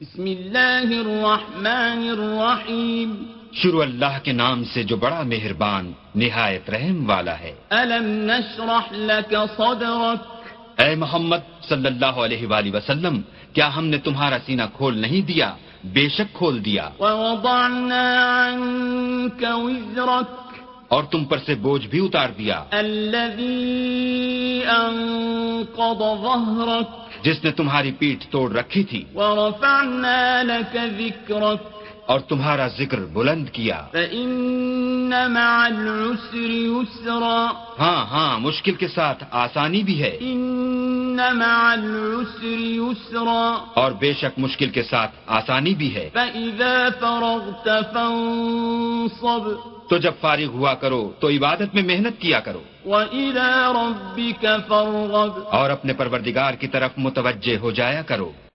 بسم الله الرحمن الرحيم शुरू अल्लाह के नाम से जो बड़ा मेहरबान निहायत रहम वाला है ألم نشرح لك صدرك ए मोहम्मद सल्लल्लाहु अलैहि वाली वसल्लम क्या हमने तुम्हारा सीना खोल नहीं दिया बेशक खोल दिया ووضعنا عنك وزرك और तुम पर से बोझ भी उतार दिया الذي أنقض ظهرك जिसने तुम्हारी पीठ तोड़ रखी थी ورفعنا لك ذكرك और तुम्हारा जिक्र बुलंद किया فإن مع العسر يسرا हाँ हाँ मुश्किल के साथ आसानी भी है إن مع العسر يسرا और बेशक मुश्किल के साथ आसानी भी है فإذا فرغت فانصب तो जब फारिग हुआ करो तो इबादत में मेहनत किया करो وإلى ربك فارغب और अपने परवरदिगार की तरफ मुतवज्जे हो जाया करो